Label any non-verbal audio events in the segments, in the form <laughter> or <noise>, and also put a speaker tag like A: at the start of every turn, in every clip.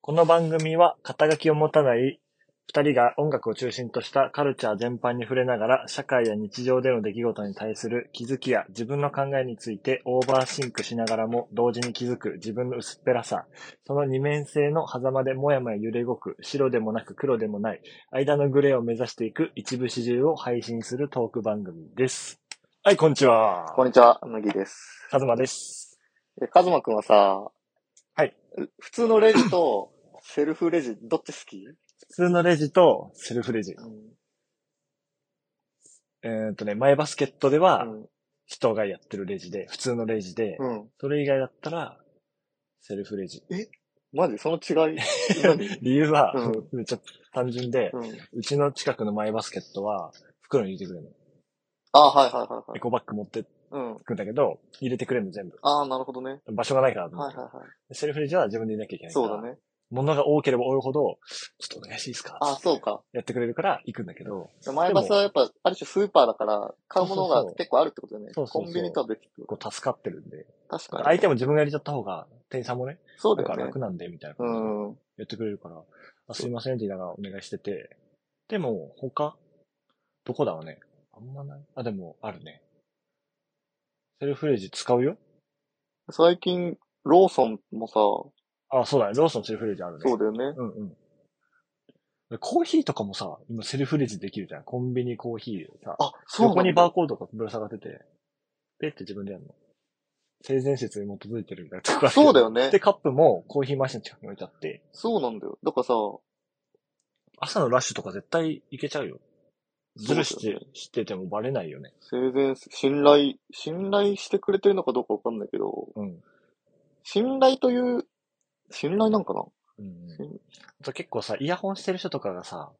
A: この番組は肩書きを持たない二人が音楽を中心としたカルチャー全般に触れながら社会や日常での出来事に対する気づきや自分の考えについてオーバーシンクしながらも同時に気づく自分の薄っぺらさ、その二面性の狭間でもやもや揺れ動く白でもなく黒でもない間のグレーを目指していく一部始終を配信するトーク番組です。はい、こんにちは。
B: こんにちは、麦です。
A: カズマです。
B: え、カズマくんはさ、
A: はい。
B: 普通のレジと <clears throat> セルフレジ、どっち好き、
A: 普通のレジとセルフレジ。
B: うん
A: えーっとね、マイバスケットでは
B: うん
A: 人がやってるレジで、普通のレジで、
B: うん。
A: それ以外だったら、セルフレジ。
B: マジそ
A: <laughs>
B: の違い何
A: 理由は、
B: う
A: <laughs> めっちゃ単純で、
B: うん。
A: うちの近くのマイバスケットは、袋に入れてくれるの。
B: あーはいはいはいは
A: エ
B: い。
A: コバッグ持って
B: うん。
A: くんだけど、入れてくれるの全部。
B: ああ、なるほどね。
A: 場所がないからと思っ
B: はい
A: て、
B: はいはい。
A: セルフレジは自分で入れなきゃいけないから。
B: そうだ。ね。
A: 物が多ければ多いほど、ちょっとお願いしていいですか
B: あーそうか。
A: やってくれるから行くんだけど、
B: 前バスはやっぱ、ある種スーパーだから、買うもの
A: そう
B: が
A: そうそう
B: 結構あるってことだよね。
A: そうそうそう
B: コンビニとは別に。
A: こう助かってるんで、
B: 確かに。
A: 相手も自分が入れちゃった方が、店員さんもね、
B: そう
A: な
B: だ
A: んか
B: よね
A: 楽。なんで、みたいな
B: う
A: 感じで
B: ん。
A: やってくれるから、あすいませんって言いながらお願いしてて、でも、他どこだろうねあんまないあ、でも、あるね。セルフレジ使うよ
B: 最近、ローソンもさ、
A: あ、そうだね。ローソンセルフレジあるね。
B: そうだよね。
A: うんうん。コーヒーとかもさ、今セルフレジできるじゃん。コンビニコーヒーさ。
B: あ、そう
A: 横にバー
B: ー
A: コードがぶら下がってて、ペって自分でやるの。性善説に基づいてるみたいなとこあるけど
B: そうだよね
A: で、。カップもコーヒーマシンの近くに置いてあって、
B: そうなんだよ。だからさ、
A: 朝のラッシュとか絶対行けちゃうよ。ずるし
B: そうだよ
A: て、しててもバレないよね。
B: 生前、信頼、信頼してくれてるのかどうかわかんないけど、
A: うん。
B: 信頼という、信頼なんかな
A: うんう
B: うんん、
A: あと結構さ、イヤホンしてる人とかがさ、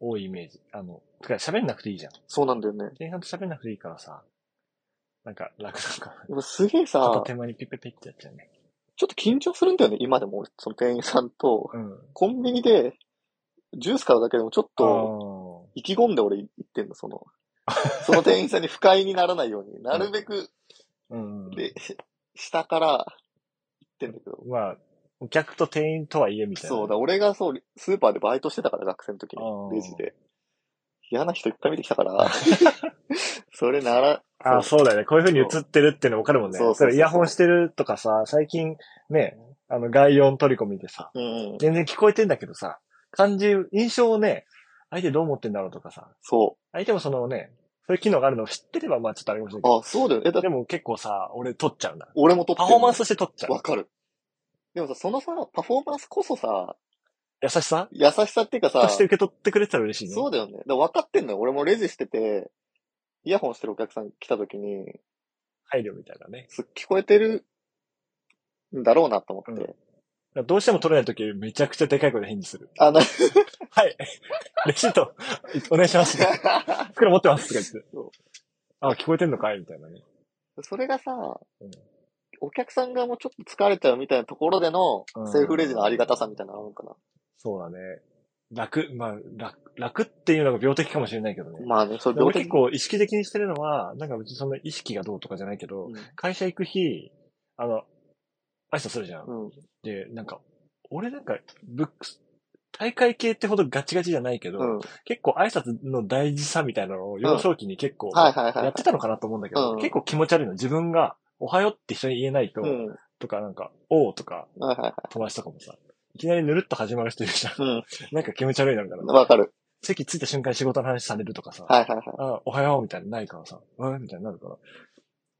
A: 多いイメージ。あの、てか喋んなくていいじゃん。
B: そうなんだよね。
A: 店員さんと喋んなくていいからさ、なんか楽なんかな。
B: でもすげえ
A: 片
B: さ、
A: 手間にピッピッピッってやっちゃうね。
B: ちょっと緊張するんだよね、今でも。その店員さんと、
A: うん。
B: コンビニで、ジュース買うだけでもちょっと、
A: と、
B: 意気込んで俺行ってんの、その、その店員さんに不快にならないように、なるべく、
A: うん。
B: で、下から行ってんだけど。
A: まあ、お客と店員とはいえみたいな。
B: そうだ、俺がそう、スーパーでバイトしてたから、学生の時に
A: あー、
B: レジで。嫌な人いっぱい見てきた
A: <laughs>
B: から、それなら、
A: ああ、そうだよね。こういう風に映ってるってのわかるもんね。
B: そうそうそうそう
A: れイヤホンしてるとかさ、最近ね、あの、外音取り込みでさ、
B: うん、
A: 全然聞こえてんだけどさ、感じ、印象をね、相手どう思ってんだろうとかさ、
B: そ
A: 相手もそのね、そういう機能があるのを知ってれば、まあちょっとあれかもしれ
B: う。
A: ない
B: あ、そうだよね。え、
A: けど。
B: だ
A: でも結構さ、俺撮っちゃうんだ。
B: 俺も撮って
A: パ
B: る
A: フォーマンスとして撮っちゃう
B: わ。かる。でもさ、そのさ、パフォーマンスこそさ、
A: 優しさ
B: 優しさっていうか
A: と
B: さ、
A: して受け取ってくれてたら嬉しいね。
B: そうだよね。だから分かってんのよ。俺もレジしてて、イヤホンしてるお客さん来た時に、
A: 配慮みたいなね。
B: す聞こえてるんだろうなと思って。
A: うんだからどうしても撮れないとき、めちゃくちゃでかい声で返事する。
B: あ、な、
A: はい。 <laughs> レシート、お願いします。袋持ってますとか言って
B: そう。
A: あ、聞こえてんのかいみたいなね。
B: それがさ
A: うん、
B: お客さんがもうちょっと疲れたよみたいなところでの
A: うん、
B: セルフレジのありがたさみたいなのあるのかな。
A: そうだね。楽、まあ、楽、楽っていうのが病的かもしれないけどね。
B: まあね、それ
A: で俺
B: 病
A: 結
B: 的
A: 構意識的にしてるのは、なんか別にそんな意識がどうとかじゃないけど、会社行く日、あの、挨拶するじゃん。
B: うん。うん。
A: で、なんか、俺なんか、ブックス、大会系ってほどガチガチじゃないけど、
B: うん。
A: 結構挨拶の大事さみたいなのを幼少期に結構、
B: はいはいはい。
A: やってたのかなと思うんだけど、
B: うん
A: 結構気持ち悪いの。自分が、おはようって人に言えないと、
B: うん。
A: とかなんか、おうとか、
B: はいはいは
A: 友達とかもさ、いきなりぬるっと始まる人いるじゃん。
B: い。
A: <laughs> なんか気持ち悪いなみたい
B: うん。
A: な。
B: わかる。
A: 席着いた瞬間に仕事の話されるとかさ、
B: はいはいはい。
A: あおはようみたいなのないからさ、うんみたいになるから。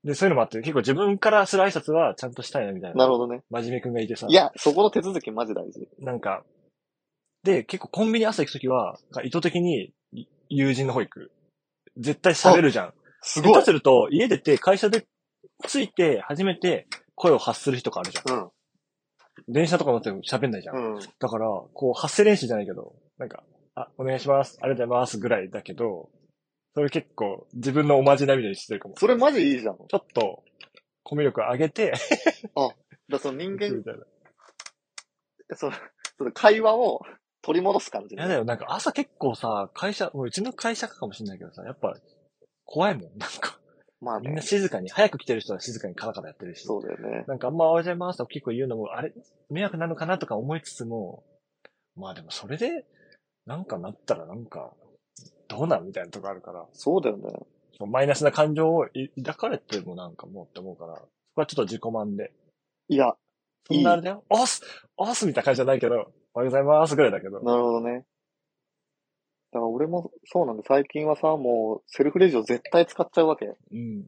A: で、そういうのもあって、結構自分からする挨拶はちゃんとしたいなみたい
B: な
A: な。
B: るほどね。
A: 真面目くんがいてさ
B: い、や、そこの手続きマジ大事。
A: なんか、で、結構コンビニ朝行くときは、意図的にい友人の方行く。絶対喋るじゃん。
B: す
A: 下手すると、家出て、会社で着いて、初めて声を発する日とかあるじゃん。
B: うん。
A: 電車とか乗っても喋んないじゃん。
B: うん。
A: だから、こう、発声練習じゃないけど、なんか、あ、お願いします、ありがとうございますぐらいだけど、それ結構、自分のおまじないみたいにしてるかも。
B: それマジいいじゃん。だか
A: ちょっと、コミュ力上げ
B: <laughs>
A: て、
B: らその人
A: み
B: 間、
A: たいな。
B: その、その会話を取り戻す感じね。
A: やだよ、なんか朝結構さ、会社、もううちの会社かもしれないけどさ、やっぱ、怖いもん、なんか。
B: まあ
A: みん
B: ね
A: な、静かに、早く来てる人は静かにカラカラやってるし。
B: そうだよね。
A: なんかあんまおはようございますと結構言うのも、あれ、迷惑なのかなとか思いつつも、まあでもそれで、なんかなったらなんか、どうなんみたいなとこあるから、
B: そうだよね。
A: マイナスな感情をい抱かれてもなんかもうって思うから、そこはちょっと自己満で。
B: いや、
A: そんなあれだよ、おっすおっすみたいな感じじゃないけど、おはようございますぐらいだけど。
B: なるほどね。だから俺もそうなんで、最近はさ、もうセルフレジを絶対使っちゃうわけ。
A: うん。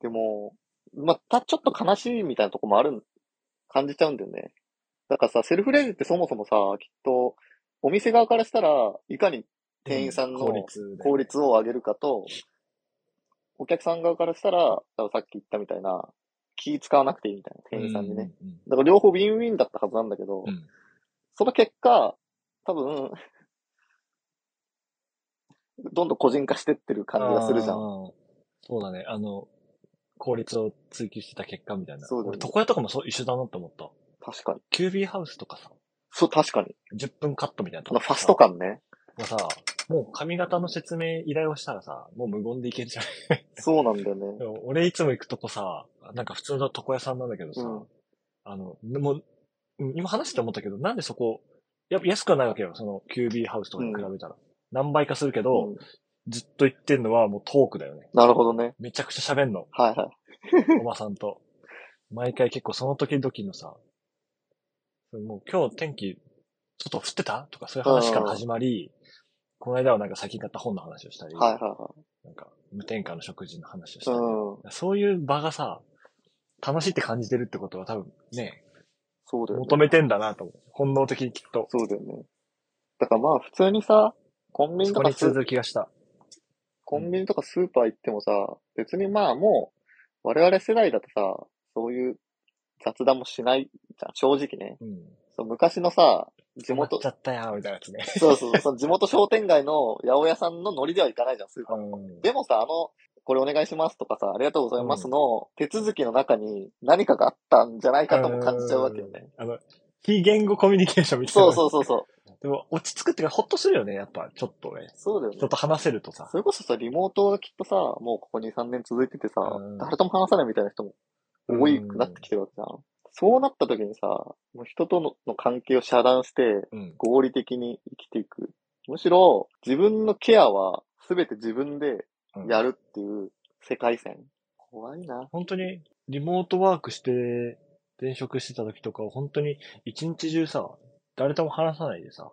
B: でも、またちょっと悲しいみたいなとこもあるん、感じちゃうんだよね。だからさ、セルフレジってそもそもさ、きっと、お店側からしたらいかに店員さんの
A: 効率で
B: 効率を上げるかと、お客さん側からしたら、だからさっき言ったみたいな、気使わなくていいみたいな、店員さんにね。。
A: うん
B: だから両方ウィンウィンだったはずなんだけど、
A: うん
B: その結果、多分、どんどん個人化してってる感じがするじゃ
A: あ
B: ん。
A: ーそうだね。あの、効率を追求してた結果みたいな。
B: そうだね
A: 俺床屋とかもそう一緒だなと思った。
B: 確かに。
A: キュービーハウスとかさ、
B: そう、確かに。
A: 10分カットみたいな
B: あの、ファスト
A: カッ <laughs>
B: 感ね。
A: トさ、もう髪型の説明依頼をしたらさ、もう <laughs> 無言でいけるじゃん。
B: そうなんだよね。
A: でも俺いつも行くとこさ、なんか普通の床屋さんなんだけどさ、
B: うん
A: あの、もう、うん今話して思ったけど、なんでそこ、やっぱ安くはないわけよ、そのキュービーハウスとかに比べたら。何倍かするけど、
B: うん
A: ずっと言ってんのはもうトークだよね。
B: なるほどね。
A: めちゃくちゃ喋んの。
B: <laughs> はいはい。
A: おばさんと。毎回結構その時々のさ、もう今日天気、外降ってたとかそういう話から始まり、この間はなんか先に買った本の話をしたり、
B: はいはいは
A: なんか無添加の食事の話をし
B: い。
A: たり、
B: うん。
A: そういう場がさ、楽しいって感じてるってことは多分ね、
B: そうだよね。
A: 求めてんだなと思う。本能的にきっと。
B: そうだよね。だからまあ、普通にさ、コンビニ
A: そ
B: と
A: こ
B: か
A: に
B: スー
A: 続きがした。
B: コンビニとかスーパー行ってもさ、別にまあもう、我々世代だとさ、そういう雑談もしないじゃん。正直ね。
A: うん。
B: そう昔のさ、地
A: 止まっ
B: 元
A: ちゃ、ったよ、みたいなやつね。
B: そうそうそう、その地元商店街の八百屋さんのノリではいかないじゃん、スーパーも。
A: うん
B: でもさ、あの、これお願いしますとかさ、ありがとうございますの手続きの中に何かがあったんじゃないかとも感じちゃうわけよね。
A: あの、非言語コミュニケーションみたいな。
B: そうそうそうそう。
A: でも、落ち着くっていうか、ほっとするよね、やっぱ、ちょっとね。
B: そうだよね。
A: 人と話せるとさ
B: そ。れこそさ、リモートがきっとさ、もうここ2、3年続いててさ
A: うん、
B: 誰とも話さないみたいな人も多くなってきてるわけじゃん。そうなった時にさ、もう人とのの関係を遮断して、
A: うん。
B: 合理的に生きていく。むしろ、自分のケアは全て自分でやるっていう世界線。怖いな。
A: 本当に、リモートワークして、転職してた時とかは、本当に、一日中さ、誰とも話さないでさ、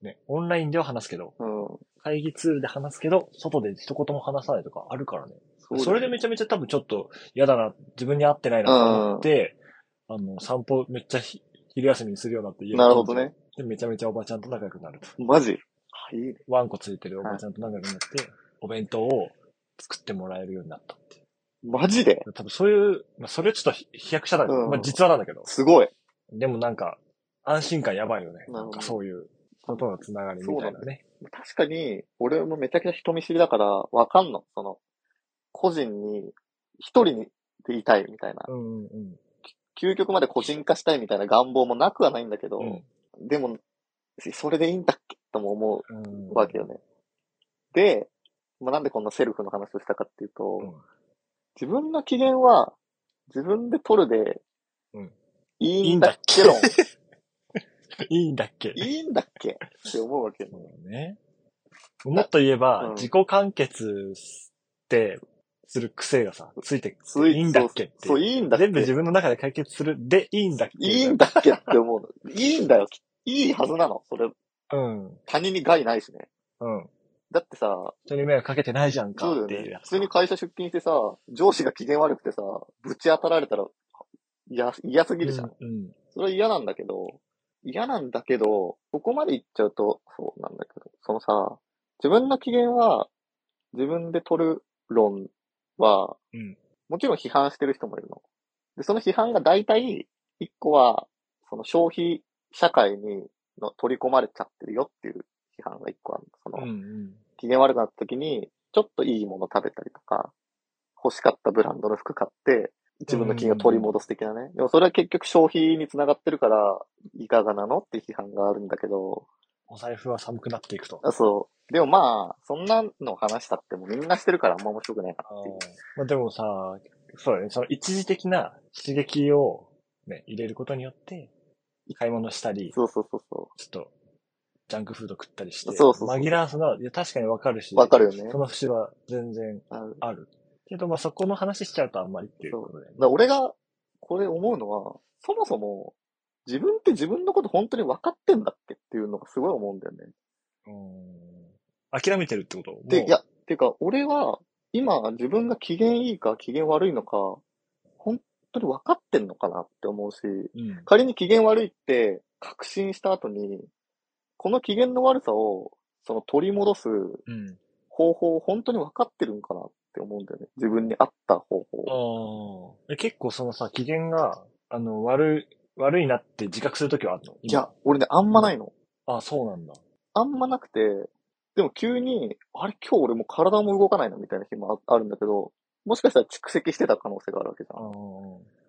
A: ね、オンラインでは話すけど、
B: うん。
A: 会議ツールで話すけど、外で一言も話さないとかあるからね。
B: そうだよね
A: それでめちゃめちゃ多分ちょっと嫌だな、自分に合ってないなと思って、あの、散歩めっちゃひ昼休みにするようになって家の
B: なるほどね。
A: 近所で、めちゃめちゃおばちゃんと仲良くなると。
B: マジはいいね。
A: ワンコついてるおばちゃんと仲良くなって、お弁当を作ってもらえるようになったってい
B: マジで
A: う。多分そういう、まあ、それちょっとひ飛躍しただ、
B: うん
A: まあ実話なんだけど。
B: すごい。
A: でもなんか、安心感やばいよね。
B: な
A: な
B: る
A: ん
B: ほど
A: かそういう、人とのつながりみたいなね。
B: 確かに、俺もめちゃくちゃ人見知りだから、わかんの。その、個人に、一人でいたいみたいな。
A: うんうんうん。
B: 究極まで個人化したいみたいな願望もなくはないんだけど、
A: うん
B: でも、それでいいんだっけとも思
A: うん
B: うわけよね。で、まあ、なんでこんなセルフの話をしたかっていうと、
A: うん
B: 自分の機嫌は自分で取るで、
A: うん
B: いいんだっけ論。
A: いいんだっけ
B: いいんだっけって思うわけよ
A: そう
B: ね。
A: だね。もっと言えば、
B: うん
A: 自己完結って、する癖がさ、ついてき
B: つ
A: て、いいんだっけっていう
B: そう、そういいんだっけ
A: 全部自分の中で解決する、で、いいんだっけ
B: いいんだっけって思うの。いいんだよ。いいはずなの。それ、
A: うん。うん。
B: 他人に害ないしね。だってさ、
A: 人に迷惑かけてないじゃんか
B: そう
A: っ
B: だ
A: て
B: よ
A: いう
B: ね
A: や。
B: 普
A: つ。
B: 通に会社出勤してさ、上司が機嫌悪くてさ、ぶち当たられたら、いや、嫌すぎるじゃん。
A: うん。うん
B: それは嫌なんだけど、嫌なんだけど、そこまで行っちゃうと、そうなんだけど、そのさ、自分の機嫌は、自分で取る論は、
A: うん
B: もちろん批判してる人もいるの。で、その批判が大体、一個は、その消費社会にの取り込まれちゃってるよっていう批判が一個あるの。その、
A: うんうん。
B: 機嫌悪くなった時に、ちょっといいもの食べたりとか、欲しかったブランドの服買って、自分の金を取り戻す的なね。でもそれは結局消費につながってるから、いかがなのって批判があるんだけど、
A: お財布は寒くなっていくと。
B: あそう。でもまあ、そんなの話したってもうみんなしてるからあんま面白くないな
A: あー
B: っていう。
A: まあ、でもさ、そうだね。その一時的な刺激を、ね、入れることによって、買い物したり、
B: そうそうそうそ
A: ちょっと、ジャンクフード食ったりして、
B: そうそうそう
A: 紛らわすのは、いや、確かにわかるし、
B: う。わかるよね
A: そ。の節は全然
B: あのだか
A: ある。けど、まあ、そこの話しちゃうとあんまりっていうことで、ね。
B: ら俺が、これ思うのは、そもそも、自分って自分のこと本当に分かってんだっけっていうのがすごい思うんだよね。
A: うーん。諦めてるってこと
B: で、
A: もう
B: いや、ていうか、俺は、今、自分が機嫌いいか機嫌悪いのか、本当に分かってんのかなって思うし、
A: うん。
B: 仮に機嫌悪いって確信した後に、この機嫌の悪さを、その取り戻す
A: うん。
B: 方法を本当に分かってるんかなって思うんだよね。自分に合った方法。
A: ああ。え結構そのさ、機嫌が、あの、悪い、悪いなって自覚するときはあるの
B: い
A: 今
B: や、俺ね、あんまないの。
A: あ、そうなんだ。
B: あんまなくて、でも急に、あれ今日俺もう体も動かないなみたいな日もああるんだけど、もしかしたら蓄積してた可能性があるわけじゃ
A: あ
B: ん。
A: ー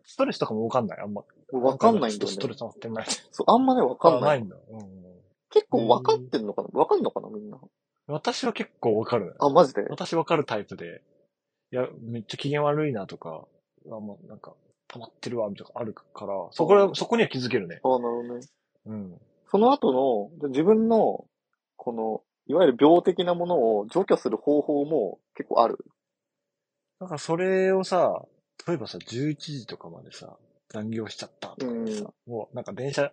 A: ストレスとかもわかんないあんま。
B: 俺分かんないんだ
A: ちょっと
B: よ
A: ストレ。
B: ね
A: ス溜まってんない。
B: そう、あんまね、分かん
A: あ
B: な
A: ない
B: い。
A: んだ。うんうん。
B: 結構分かってんのかな分かんのかなみんな。
A: 私は結構わかる。
B: あ、マジで
A: 私わかるタイプで、いや、めっちゃ機嫌悪いなとか、あもうなんか、溜まってるわ、みたいなのあるから、そこら、そこには気づけるね。
B: ああ、なるほどね。
A: うん。
B: その後の、自分の、この、いわゆる病的なものを除去する方法も結構ある。
A: だからそれをさ、例えばさ、11時とかまでさ、残業しちゃったとかでさ、もうなんか電車、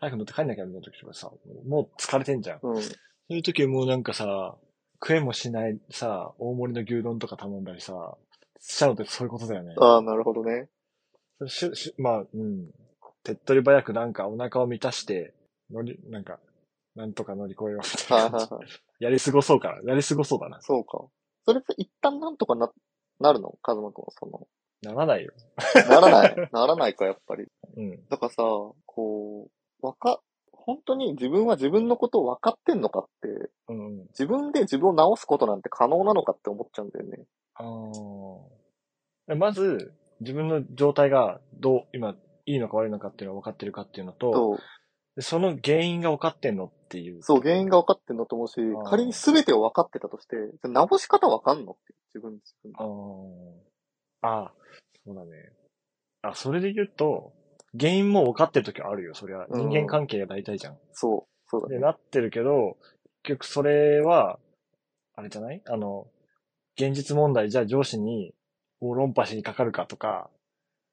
A: 早く乗って帰んなきゃみたいな時とかさ、もう疲れてんじゃん。
B: うん。
A: そういう時もうなんかさ、食えもしないさ、大盛りの牛丼とか頼んだりさ、しちゃうってそういうことだよね。
B: ああ、なるほどね。
A: ししまあ、うん。手っ取り早くなんかお腹を満たして、乗り、なんか、なんとか乗り越えようみた
B: はいい
A: な
B: は
A: 感 <laughs> じ
B: いはい。
A: やり過ごそうから、やり過ごそうだな。
B: そうか。それって一旦なんとかな、なるのカズマくんはその。
A: ならないよ。
B: な
A: <laughs>
B: らない。ならないか、やっぱり。
A: うん。
B: だからさ、こう、わか、本当に自分は自分のことを分かってんのかって、
A: うんうん。
B: 自分で自分を直すことなんて可能なのかって思っちゃうんだよね。
A: あーでまず、自分の状態がどう、今、いいのか悪いのかっていうのが分かってるかっていうのと、
B: そう。
A: でその原因が分かってんのっていう。
B: そう、原因が分かってんのと思うし
A: ー、
B: 仮に全てを分かってたとして、じゃあ直し方分かんのって、自分自分で。
A: あーあー、そうだね。あ、それで言うと、原因も分かってる時あるよ、そりゃ。
B: うん
A: 人間関係が大体じゃん。
B: そう、そうだ
A: で、
B: ね。
A: なってるけど、結局それは、あれじゃないあの、現実問題じゃあ上司に、こう論破しにかかるかとか、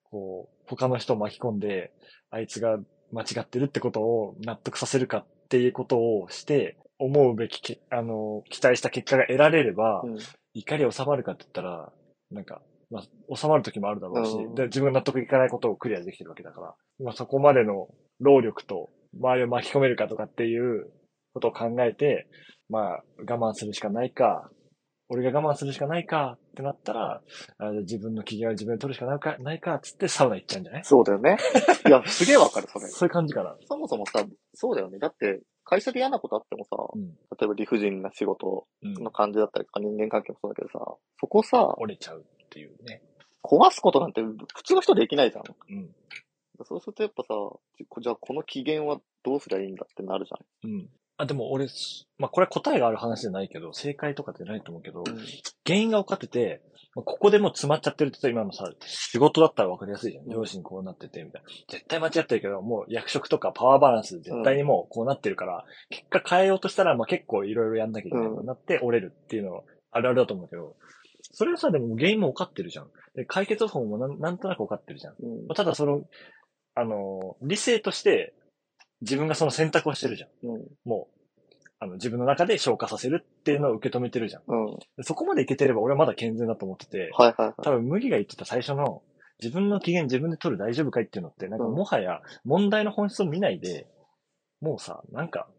A: こう、他の人を巻き込んで、あいつが間違ってるってことを納得させるかっていうことをして、思うべきけ、あの、期待した結果が得られれば、
B: うん、
A: 怒り収まるかって言ったら、なんか、まあ、収まる時もあるだろうし、
B: うん
A: で自分が納得いかないことをクリアできてるわけだから、まあ、そこまでの労力と周りを巻き込めるかとかっていうことを考えて、まあ、我慢するしかないか、俺が我慢するしかないかってなったら、あ自分の機嫌は自分で取るしかないか、ないかっつってサウナ行っちゃうんじゃない
B: そうだよ <laughs> ね。いや、すげえ分かる、それ。
A: そういう感じかな。
B: そもそもさ、そうだよね。だって、会社で嫌なことあってもさ、
A: うん。
B: 例えば理不尽な仕事
A: うん、
B: の感じだったりとか、人間関係もそうだけどさ、そこさ、
A: 折れちゃうっていうね。
B: 壊すことなんて普通の人できないじゃん。
A: うん。
B: そうするとやっぱさ、じじゃあこの機嫌はどうすりゃいいんだってなるじ
A: うん。あ、でも俺、まあ、これは答えがある話じゃないけど、正解とかってないと思うけど、
B: ゃん。
A: 原因が分かってて、まあここでもう詰まっちゃってるって言ったら今のさ、仕事だったら分かりやすいじゃん。
B: うん
A: 両親こうなってて、みたいな。絶対間違ってるけど、もう役職とかパワーバランス絶対にもうこうなってるから、結果変えようとしたら、まあ結構いろいろやんなきゃいけないことになって折れるっていうのはあるあるだと思うけど、それはさ、でも原因も分かってるじゃん。で解決方法もなんなんとなく分かってるじゃん。
B: うん
A: まあただその、あのー理性として自分がその選択をしてるじゃん。
B: うん。
A: もう、あの自分の中で消化させるっていうのを受け止めてるじゃん。
B: うん。はい
A: そこまでいけてれば俺はまだ健全だと思ってて、
B: はいはい。
A: 多分麦が言ってた最初の自分の機嫌自分で取る大丈夫かいっていうのって、なんか
B: うん
A: もはや問題の本質を見ないで、もうさ、なんか、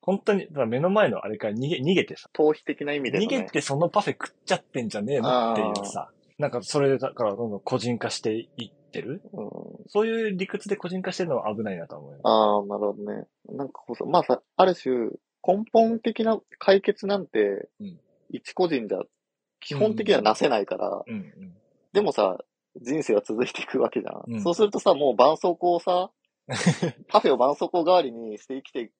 A: 本当に、だから目の前のあれから逃げ、逃げてさ、
B: 逃避的な意味での
A: 逃
B: ね。
A: げてそのパフェ食っちゃってんじゃねえのっていうさ、なんかそれでだからどんどん個人化していってる
B: うん。
A: そういう理屈で個人化してるのは危ないなと思うよ。
B: ああ、なるほどね。なんかこうさ、まあさ、ある種、根本的な解決なんて
A: うん、
B: 一個人じゃ、基本的にはなせないから、
A: うんうん。
B: でもさ、人生は続いていくわけじゃん。
A: うん <laughs>
B: そうするとさ、もう絆創膏をさ、パフェを絆創膏代わりにして生きて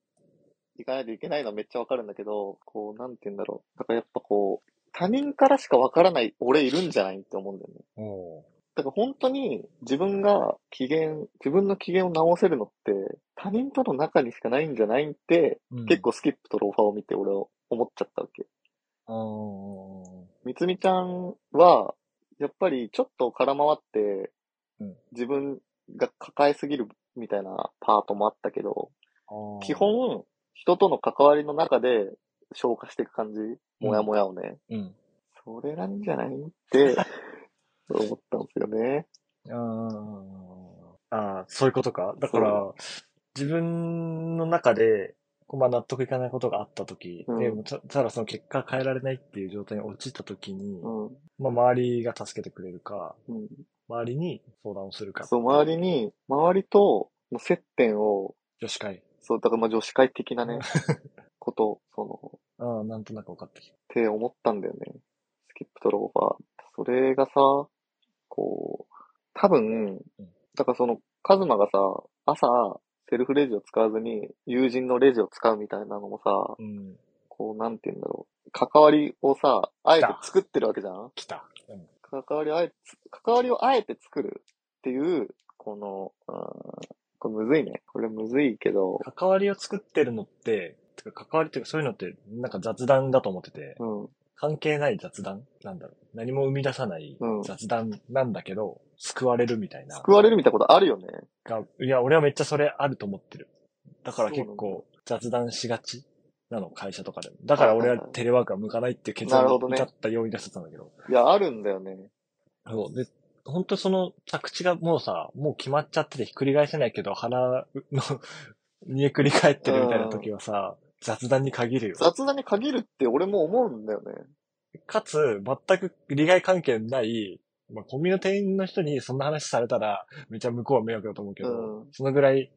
B: 行かないといけないのはめっちゃわかるんだけど、こう、なんて言うんだろう。だからやっぱこう、他人からしかわからない俺いるんじゃないって思うんだよね。
A: おう
B: だから本当に自分が機嫌、自分の機嫌を直せるのって、他人との中にしかないんじゃないって、
A: うん
B: 結構スキップとローファーを見て俺は思っちゃったわけ。
A: おう
B: みつみちゃんは、やっぱりちょっと空回って
A: うん、
B: 自分が抱えすぎるみたいなパートもあったけど、
A: おう
B: 基、本、人との関わりの中で消化していく感じ、もやもやをね。
A: うん。
B: それなんじゃな
A: <laughs>
B: いって、思ったんですよね。
A: あーあー、そういうことか。だか
B: そ
A: ら、自分の中で、こうまあ納得いかないことがあったとき、
B: うん
A: でもたただその結果変えられないっていう状態に陥ったときに、
B: うん。
A: まあ周りが助けてくれるか、
B: うん、
A: 周りに相談をするか。
B: そう、周りに、周りとの接点を、
A: 女子会。
B: そう、だからまあ女子会的な
A: う <laughs>
B: ね
A: ん、
B: こと、その、
A: ああ、なんとなく分かってきた。
B: って思ったんだよね。スキップとローバー。それがさ、こう、多分
A: うん、
B: だからその、カズマがさ、朝、セルフレジを使わずに、友人のレジを使うみたいなのもさ、
A: うん。
B: こう、なんて言うんだろう。関わりをさ、あえて作ってるわけじゃん
A: 来た。うん。
B: 関わりをあえて、関わりをあえて作るっていう、この、うん、これむずいね。これむずいけど、
A: 関わりを作ってるのって、てか関わりっていうかそういうのって、なんか雑談だと思ってて、
B: うん、
A: 関係ない雑談なんだろう。何も生み出さない
B: うん
A: 雑談なんだけど、救われるみたいな。
B: 救われるみたいなことあるよね。
A: が、いや、俺はめっちゃそれあると思ってる。だから
B: そうな
A: 結
B: んだ
A: 構雑談しがちなの、会社とかでも。だから俺
B: はい
A: は
B: はいはい
A: テレワークは向かないっていう決
B: なる
A: 断
B: ほ
A: を
B: どね
A: 至った要因出してたんだけど。
B: いや、あるんだよね。
A: そう。で、本当その着地がもうさ、もう決まっちゃっててひっくり返せないけど、鼻の、 <laughs> 煮えくり返ってるみたいな時はさ、雑談に限るよ。
B: 雑談に限るって俺も思うんだよね。
A: かつ、全く利害関係ない、まあ、コンビニの店員の人にそんな話されたら、めちゃ向こうは迷惑だと思うけど、
B: うん
A: そのぐらい、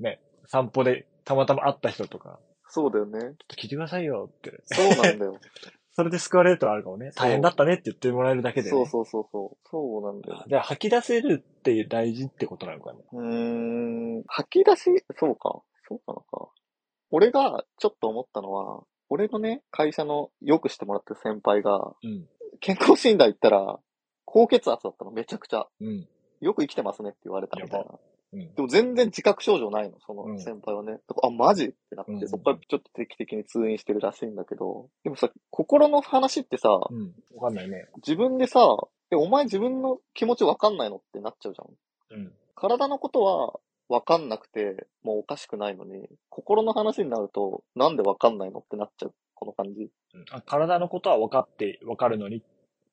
A: ね、散歩でたまたま会った人とか、
B: そうだよね。
A: ちょっと聞いてくださいよって。
B: そうなんだよ。
A: <laughs> それで救われるとはあるかもね。
B: そう
A: 大変だったねって言ってもらえるだけで、ね。
B: そうそうそうそう。そうなんだよ。
A: じゃあ吐き出せるって大事ってことなのかね。
B: うーん。吐き出し、そうか。そうなのか。俺がちょっと思ったのは、俺のね、会社のよくしてもらってる先輩が、
A: うん。
B: 健康診断行ったら、高血圧だったの、めちゃくちゃ。
A: うん。
B: よく生きてますねって言われたみたい
A: や
B: な。
A: うん。
B: でも全然自覚症状ないの、そうの
A: ん
B: 先輩はね。だからあ、マジってなって、
A: うん
B: そこからちょっと定期的に通院してるらしいんだけど。でもさ、心の話ってさ、
A: うん。わかんないね。
B: 自分でさ、え、お前自分の気持ちわかんないのってなっちゃうじゃん。
A: うん。
B: 体のことはわかんなくて、もうおかしくないのに、心の話になると、なんでわかんないのってなっちゃう。この感じ。
A: うんあ体のことは分かって、分かるのにって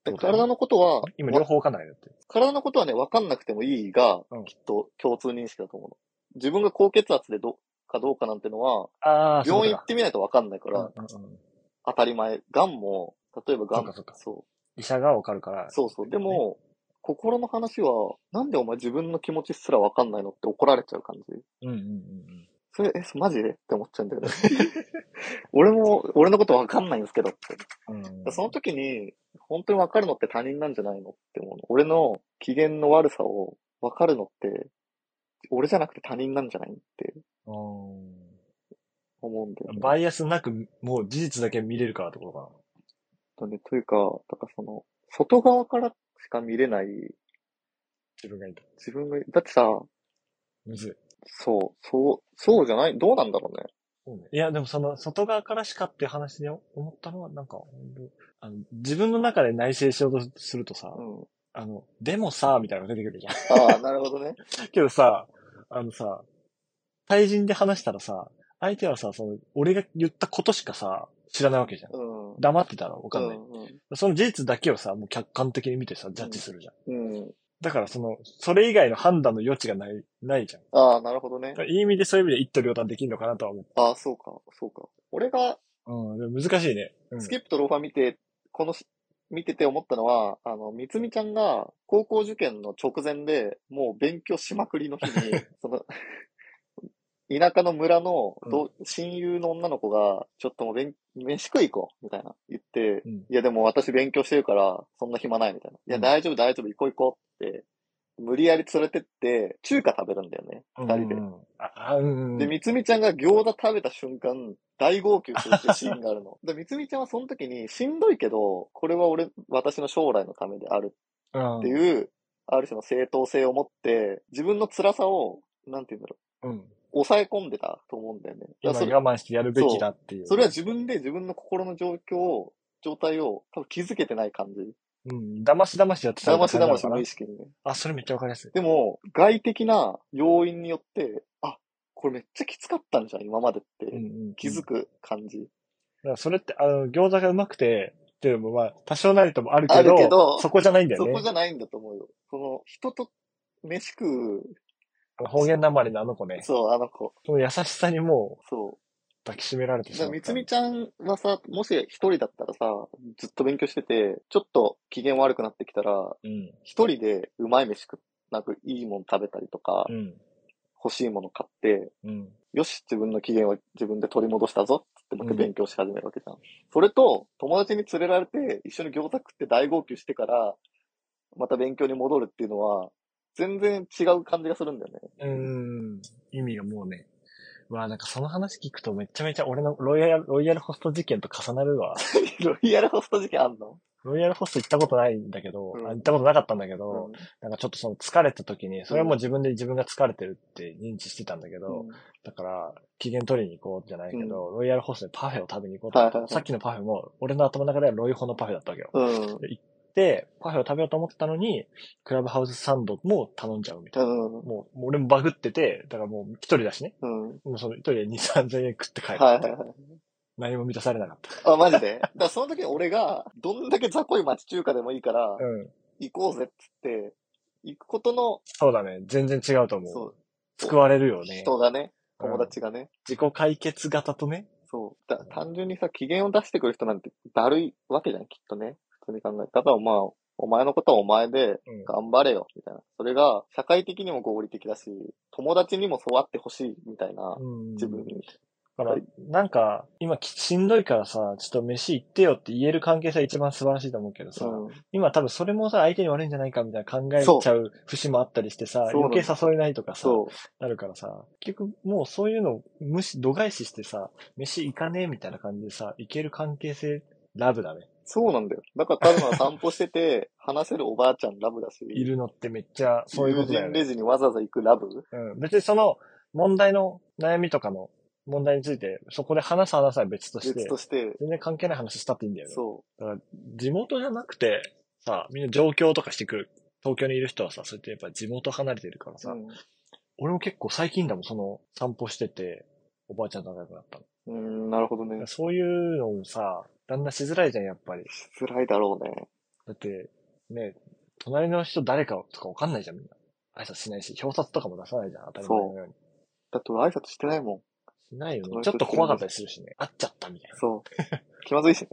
B: で
A: ことだね
B: 体のことは、
A: 今
B: わ
A: 両方分かんないよって。
B: 体のことはね、わかんなくてもいいが、
A: うん
B: きっと共通認識だと思うの。自分が高血圧でどかどうかなんてのは、
A: ああ、そう
B: 病
A: いう
B: 院
A: こ
B: 行ってみないとわかんないか
A: と
B: ら、
A: だ。うんうんうん
B: 当たり前。がんも、例えばがん
A: そうかそうか
B: そう
A: 医者が分かるから。
B: そうそう。でも、心の話は、なんでお前自分の気持ちすらわかんないのって怒られちゃう感じ。
A: うんうんうんうん。
B: それ、え、そマジでって思っちゃうんだ
A: <laughs>
B: よね。俺も、俺のことわかんないんですけどって。
A: うん
B: その時に、本当にわかるのって他人なんじゃないのって思うの。俺の機嫌の悪さをわかるのって、俺じゃなくて他人なんじゃないって思うんだよ
A: う
B: ね
A: ん。バイアスなく、もう事実だけ見れるからってことか
B: とねというか、だからその、外側からしか見れない
A: な。自分がいた。
B: 自分が、だってさ、
A: むずい。
B: そう、そう、そうじゃない、どうなんだろうね。
A: そうねいや、でもその、外側からしかっていう話で思ったのは、なんか、あの自分の中で内省しようとするとさ、
B: うん。
A: あの、でもさ、みたいなのが出てくるじゃ
B: ああ、なるほどね。
A: ん。 <laughs> けどさ、あのさ、対人で話したらさ、相手はさ、その、俺が言ったことしかさ、知らないわけじゃん。
B: うん。わ
A: 黙ってたらわかんない。
B: うん
A: その事実だけをさ、もう客観的に見てさ、ジャッジするじゃん。
B: うん。うん。
A: だからその、それ以外の判断の余地がない、ないじゃん。
B: ああ、なるほどね
A: だか。らいい意味でそういう意味で一刀両断できるのかなとは思
B: ああ、そうか、そうか。俺が
A: う。うん、でも難しいね。うん、
B: スキップとローファー見て、このし、見てて思ったのは、あの、みつみちゃんが高校受験の直前で、もう勉強しまくりの日 <laughs> に、その、田舎の村のど、親友の女の子が、ちょっともう勉、飯食い行こう、みたいな言って、
A: うん
B: いやでも私勉強してるから、そんな暇ないみたいな。いや
A: うん
B: 大丈夫大丈夫行こう行こうって、無理やり連れてって、中華食べるんだよね、二人で
A: う。んうんうんああ、うん。
B: で、みつみちゃんが餃子食べた瞬間、大号泣するっていうシーンがあるの。 <laughs> で、みつみちゃんはその時に、しんどいけど、これは俺、私の将来のためである
A: うん
B: っていう、ある種の正当性を持って、自分の辛さを、なんて言うんだろ
A: うん。
B: う、抑え込んでたと思うんだよね。だ
A: 今
B: からそれ
A: 我慢してやるべきだっていう。
B: それは自分で自分の心の状況を、状態を多分気づけてない感じ。
A: うん。騙し騙しやってた
B: だ
A: みた
B: ま
A: い
B: し
A: な
B: だ
A: 感
B: ま
A: じ
B: し
A: なのかな
B: 無意識にね。
A: あ、それめっちゃわかりやすい。
B: でも、外的な要因によって、あ、これめっちゃきつかったんじゃん、今までって。
A: うんうん。
B: 気づ
A: く。
B: く感じ。
A: だからそれって、あの、餃子がうまくて、っていうのもまあ、多少なりともあるけ
B: あ
A: ど、
B: るけど
A: そこじゃないんだよ
B: そ
A: ね
B: こ。じゃないんだと思うよ。その、人と飯食う、
A: あの方言なまりのあの子ね。
B: そう、あの子。
A: その優しさにもう
B: そ
A: 抱きしめられて
B: う。
A: し
B: じ
A: ま
B: ゃ
A: った。
B: みつみちゃんはさ、もし一人だったらさ、ずっと勉強してて、ちょっと機嫌悪くなってきたら、
A: うん。
B: 一人でうまい飯食っなんかいいもの食べたりとか
A: う、ん。
B: 欲しいもの買って、
A: うん。
B: よし、自分の機嫌を自分で取り戻したぞってまた
A: うん
B: 勉強し始めるわけじゃん。それと、友達に連れられて、一緒に餃子食って大号泣してから、また勉強に戻るっていうのは、全然違う感じがするんだよね。
A: うん。意味がもうね。まあなんかその話聞くとめちゃめちゃ俺のロイヤル、ロイヤルホスト事件と重なるわ。 <laughs>
B: <laughs> ロイヤルホスト事件あんの
A: ロイヤルホスト行ったことないんだけど、
B: うん
A: あ行ったことなかったんだけど、
B: うん
A: なんかちょっとその疲れた時に、それはもう自分で自分が疲れてるって認知してたんだけど、だから、機嫌取りに行こうじゃないけど、ロイヤルホストでパフェを食べに行こうと思った、
B: はいはいはい
A: さっきのパフェも、俺の頭の中ではロイホのパフェだったわけよ。
B: うん。
A: で、パフェを食べようと思ってたのに、クラブハウスサンドも頼んじゃうみたいな。
B: うん。
A: もう、もう俺もバグってて、だからもう一人だしね。
B: うん。
A: もうその一人で2、3000円食って帰る。
B: はいはいはい。
A: 何も満たされなかっ
B: あ、マジでだ <laughs> からその時に俺が、どんだけ雑魚い町中華でもいいから
A: た。、うん。
B: 行こうぜっつって、行くことの、
A: そうだね。全然違うと思う。
B: そう、
A: 救われるよね。
B: 人がね、
A: うん
B: 友達がね、
A: 自己解決型とね。
B: そう。だ単純にさ、機嫌を出してくる人なんてだるいわけじゃん、きっとね。普通に考えて。だからまあ、お前のことはお前で
A: うん
B: 頑張れよ、みたいな。それが、社会的にも合理的だし、友達にもそうあってほしい、みたいな、
A: うん。
B: 自分に。
A: だから
B: はい、
A: なんか、今き、しんどいからさ、ちょっと飯行ってよって言える関係性が一番素晴らしいと思うけどさ、
B: うん
A: 今多分それもさ、相手に悪いんじゃないかみたいな考えちゃう節もあったりしてさ、
B: そうな
A: 余
B: の
A: 計誘えないとかさ、
B: そう。
A: なるからさ、結局もうそういうの無視、度外視してさ、飯行かねえみたいな感じでさ、行ける関係性、ラブだね。
B: そうなんだよ。だから、ただの散歩して
A: <laughs>
B: て、話せるおばあちゃんラブだし、
A: いるのってめっちゃ、そういう
B: 友
A: ことだよ
B: 人レ
A: ね。
B: ジにわざわざ行くラブ
A: うん。別にその、問題の悩みとかの問題について、そこで話す話は別として
B: 別、として、
A: 全然関係ない話したっていいんだよね。
B: そ
A: だから、地元じゃなくて、さ、みんな上京とかしてくる、東京にいる人はさ、そうやってやっぱ地元離れてるから
B: う。
A: さ、俺も結構最近だもん、その、散歩してて、おばあちゃんと仲良くなったの。
B: うん、うんなるほどね。
A: そういうのもさ、だんだんしづらいじゃん、やっぱり。
B: 辛いだろうね。
A: だって、ね、隣の人誰かとかわかんないじゃん、みんな。挨拶しないし、表札とかも出さないじゃん、当たり前のように。
B: だって俺挨拶してないもん。
A: しないよね。
B: 隣
A: ち
B: の
A: ょっと
B: 人
A: 怖かったりするしね。会っちゃったみたいな。
B: そう。
A: <laughs>
B: 気まずいしね。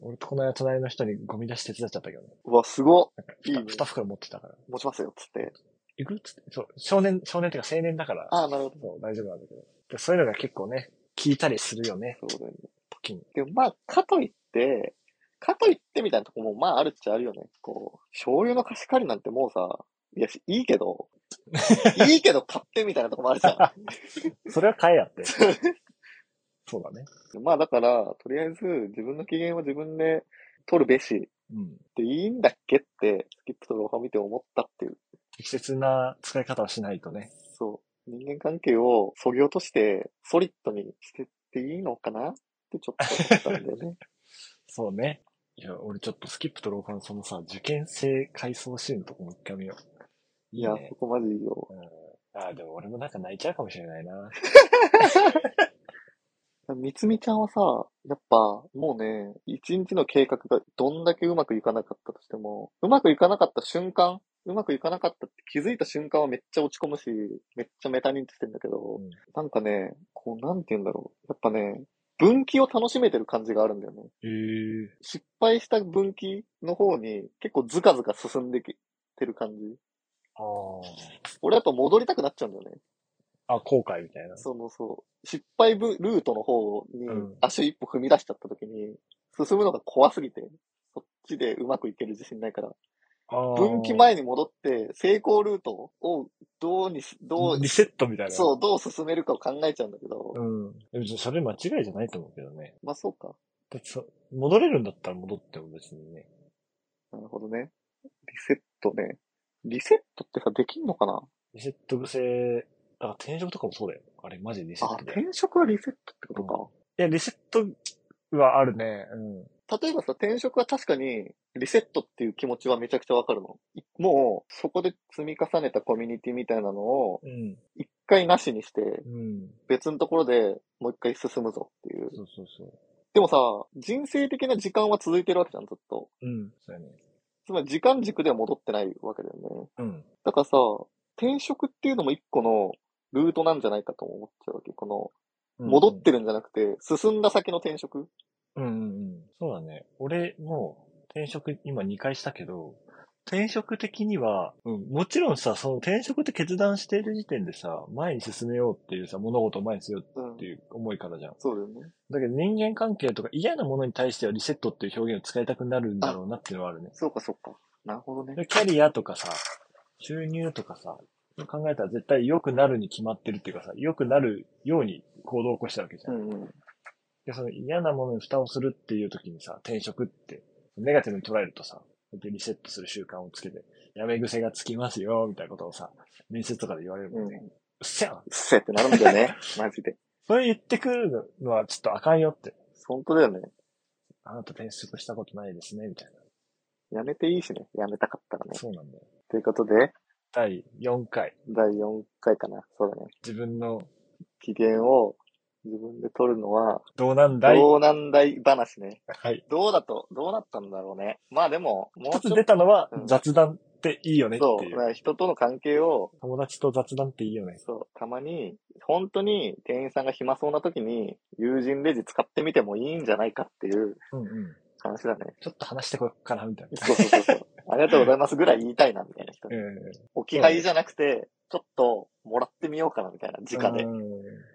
A: 俺とこの間隣の人にゴミ出し手伝っちゃったけどね。
B: うわ、すごっいい
A: 二
B: ね
A: 二袋持ってたから。
B: 持ちますよ、つって。
A: 行くつって、そう、少年、少年っていうか青年だから、
B: ああ、なるほ
A: そう、大丈夫なんだけど。でそういうのが結構ね、聞いたりするよね、
B: ど。そうだよね。
A: 時に。
B: でもまあ、かといって、かといってみたいなとこもまああるっちゃあるよね。こう、醤油の貸し借りなんてもうさ、いや、いい
A: <laughs>
B: けど、いいけど買ってみたいなとこもあるじゃん。
A: それは買えやって。そうだね。
B: まあだから、とりあえず自分の機嫌は自分で取るべしっ
A: うん。
B: ていいんだっけって、スキップとローファー見て思ったっていう。
A: 適切な使い方をしないとね。
B: そう。人間関係を削ぎ落として、ソリッドにしてっていいのかなってちょっと思ったんだよね。
A: そうね。いや、俺ちょっとスキップとローファンそのさ、受験生回想シーンのとこもう一回見よう。
B: いや、
A: ね
B: そ。こまでいいよ。
A: うん。あーでも俺もなんか泣いちゃうかもしれないな。
B: みつみちゃんはさ、やっぱ、もうね、一日の計画がどんだけうまくいかなかったとしても、うまくいかなかった瞬間、うまくいかなかったって気づいた瞬間はめっちゃ落ち込むし、めっちゃメタ認知してんだけど、
A: うん
B: なんかね、こう、なんて言うんだろう。やっぱね、分岐を楽しめてる感じがあるんだよね。
A: へえ。
B: 失敗した分岐の方に結構ズカズカ進んできてる感じ。
A: あー
B: 俺だと戻りたくなっちゃうんだよね。
A: あ。後悔みたいな。
B: そのそう、失敗ぶルートの方に
A: うん
B: 足を一歩踏み出しちゃった時に、進むのが怖すぎて、そっちでうまくいける自信ないから、
A: あ
B: 分岐前に戻って、成功ルートをどうにす、どう
A: リ、セットみたいな。
B: そう、どう進めるかを考えちゃうんだけど、
A: うん。でもそれ間違いじゃないと思うけどね。
B: まあそうか。
A: だってそ戻れるんだったら戻っても別にね。
B: なるほどね。リセットね。リセットってさ、できんのかな
A: リセット癖、だから転職とかもそうだよ。あれ、マジリセ
B: あ
A: ッ、トだよ。い
B: 転職はリセットってことか。
A: や、リセットはあるね。うん。
B: 例えばさ、転職は確かにリセットっていう気持ちはめちゃくちゃわかるの。いもう、そこで積み重ねたコミュニティみたいなのを、
A: うん。
B: 一回なしにして、
A: うん。
B: 別のところでもう一回進むぞっていう。
A: そうそうそう。
B: でもさ、人生的な時間は続いてるわけじゃん、ずっと。
A: うん。そうやね。
B: つまり時間軸では戻ってないわけだよね。
A: うん。
B: だからさ、転職っていうのも一個のルートなんじゃないかとも思っちゃうわけ。この、戻ってるんじゃなくて、進んだ先の転職
A: うんうんうん。そうだね。俺も転職今2回したけど、転職的には、うん、もちろんさ、その転職って決断している時点でさ、前に進めようっていうさ、物事を前に進めよ
B: うん
A: うっていう思いからじゃん。
B: そうだよね。
A: だけど人間関係とか嫌なものに対してはリセットっていう表現を使いたくなるんだろうなっていうのはあるね。
B: そうか、そうか。なるほどね。
A: でキャリアとかさ、収入とかさ、考えたら絶対良くなるに決まってるっていうかさ、良くなるように行動を起こしたわけじゃ。
B: うんんうん。
A: で、その嫌なものに蓋をするっていう時にさ、転職って、ネガティブに捉えるとさ、でリセットする習慣をつけて、やめ癖がつきますよ、みたいなことをさ、面接とかで言われるもんね。うっ
B: う
A: せや
B: っせってなるんだよね。 <laughs> マジで。
A: それ言ってくるのはちょっとあかんよって。
B: 本当だよね。
A: あなた転職したことないですね、みたい
B: やめていいしね。やめたかったら
A: な。
B: ね。
A: そうなんだよ。
B: ということで、
A: 第4回、
B: 第4回かな。そうだね。
A: 自分の
B: 機嫌を自分で取るのは、
A: どうなんだい
B: 道難題話ね。
A: はい。
B: どうだと、どうなったんだろうね。まあでも、も
A: 一
B: うち
A: つ
B: ょ
A: 出
B: っと、
A: たのは
B: うん
A: 雑談っていいよねって
B: そう
A: い
B: だ
A: う。
B: から、人との関係を、
A: 友達と雑談っていいよね。
B: そう、たまに、本当に店員さんが暇そうな時に、友人レジ使ってみてもいいんじゃないかっていう
A: うんうん。
B: 話だね。
A: ちょっと話してこよっかな、みたいな。
B: そうそうそうそう。ありがとうございますぐらい言いたいな、みたいな人
A: う。
B: 置き配じゃなくて、ちょっともらってみようかな、みたいな、直で。
A: ん。うん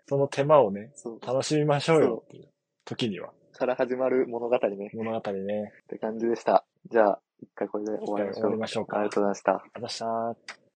A: その手間をね、
B: そう。
A: 楽しみましょうよっていう時には
B: から始まる物語ね。
A: 物語ね
B: って感じでした。じゃあ、一回これで終
A: 終
B: わりましょ
A: わり
B: う。
A: ましょうか。
B: ありがとうございました。
A: ありがとうございました。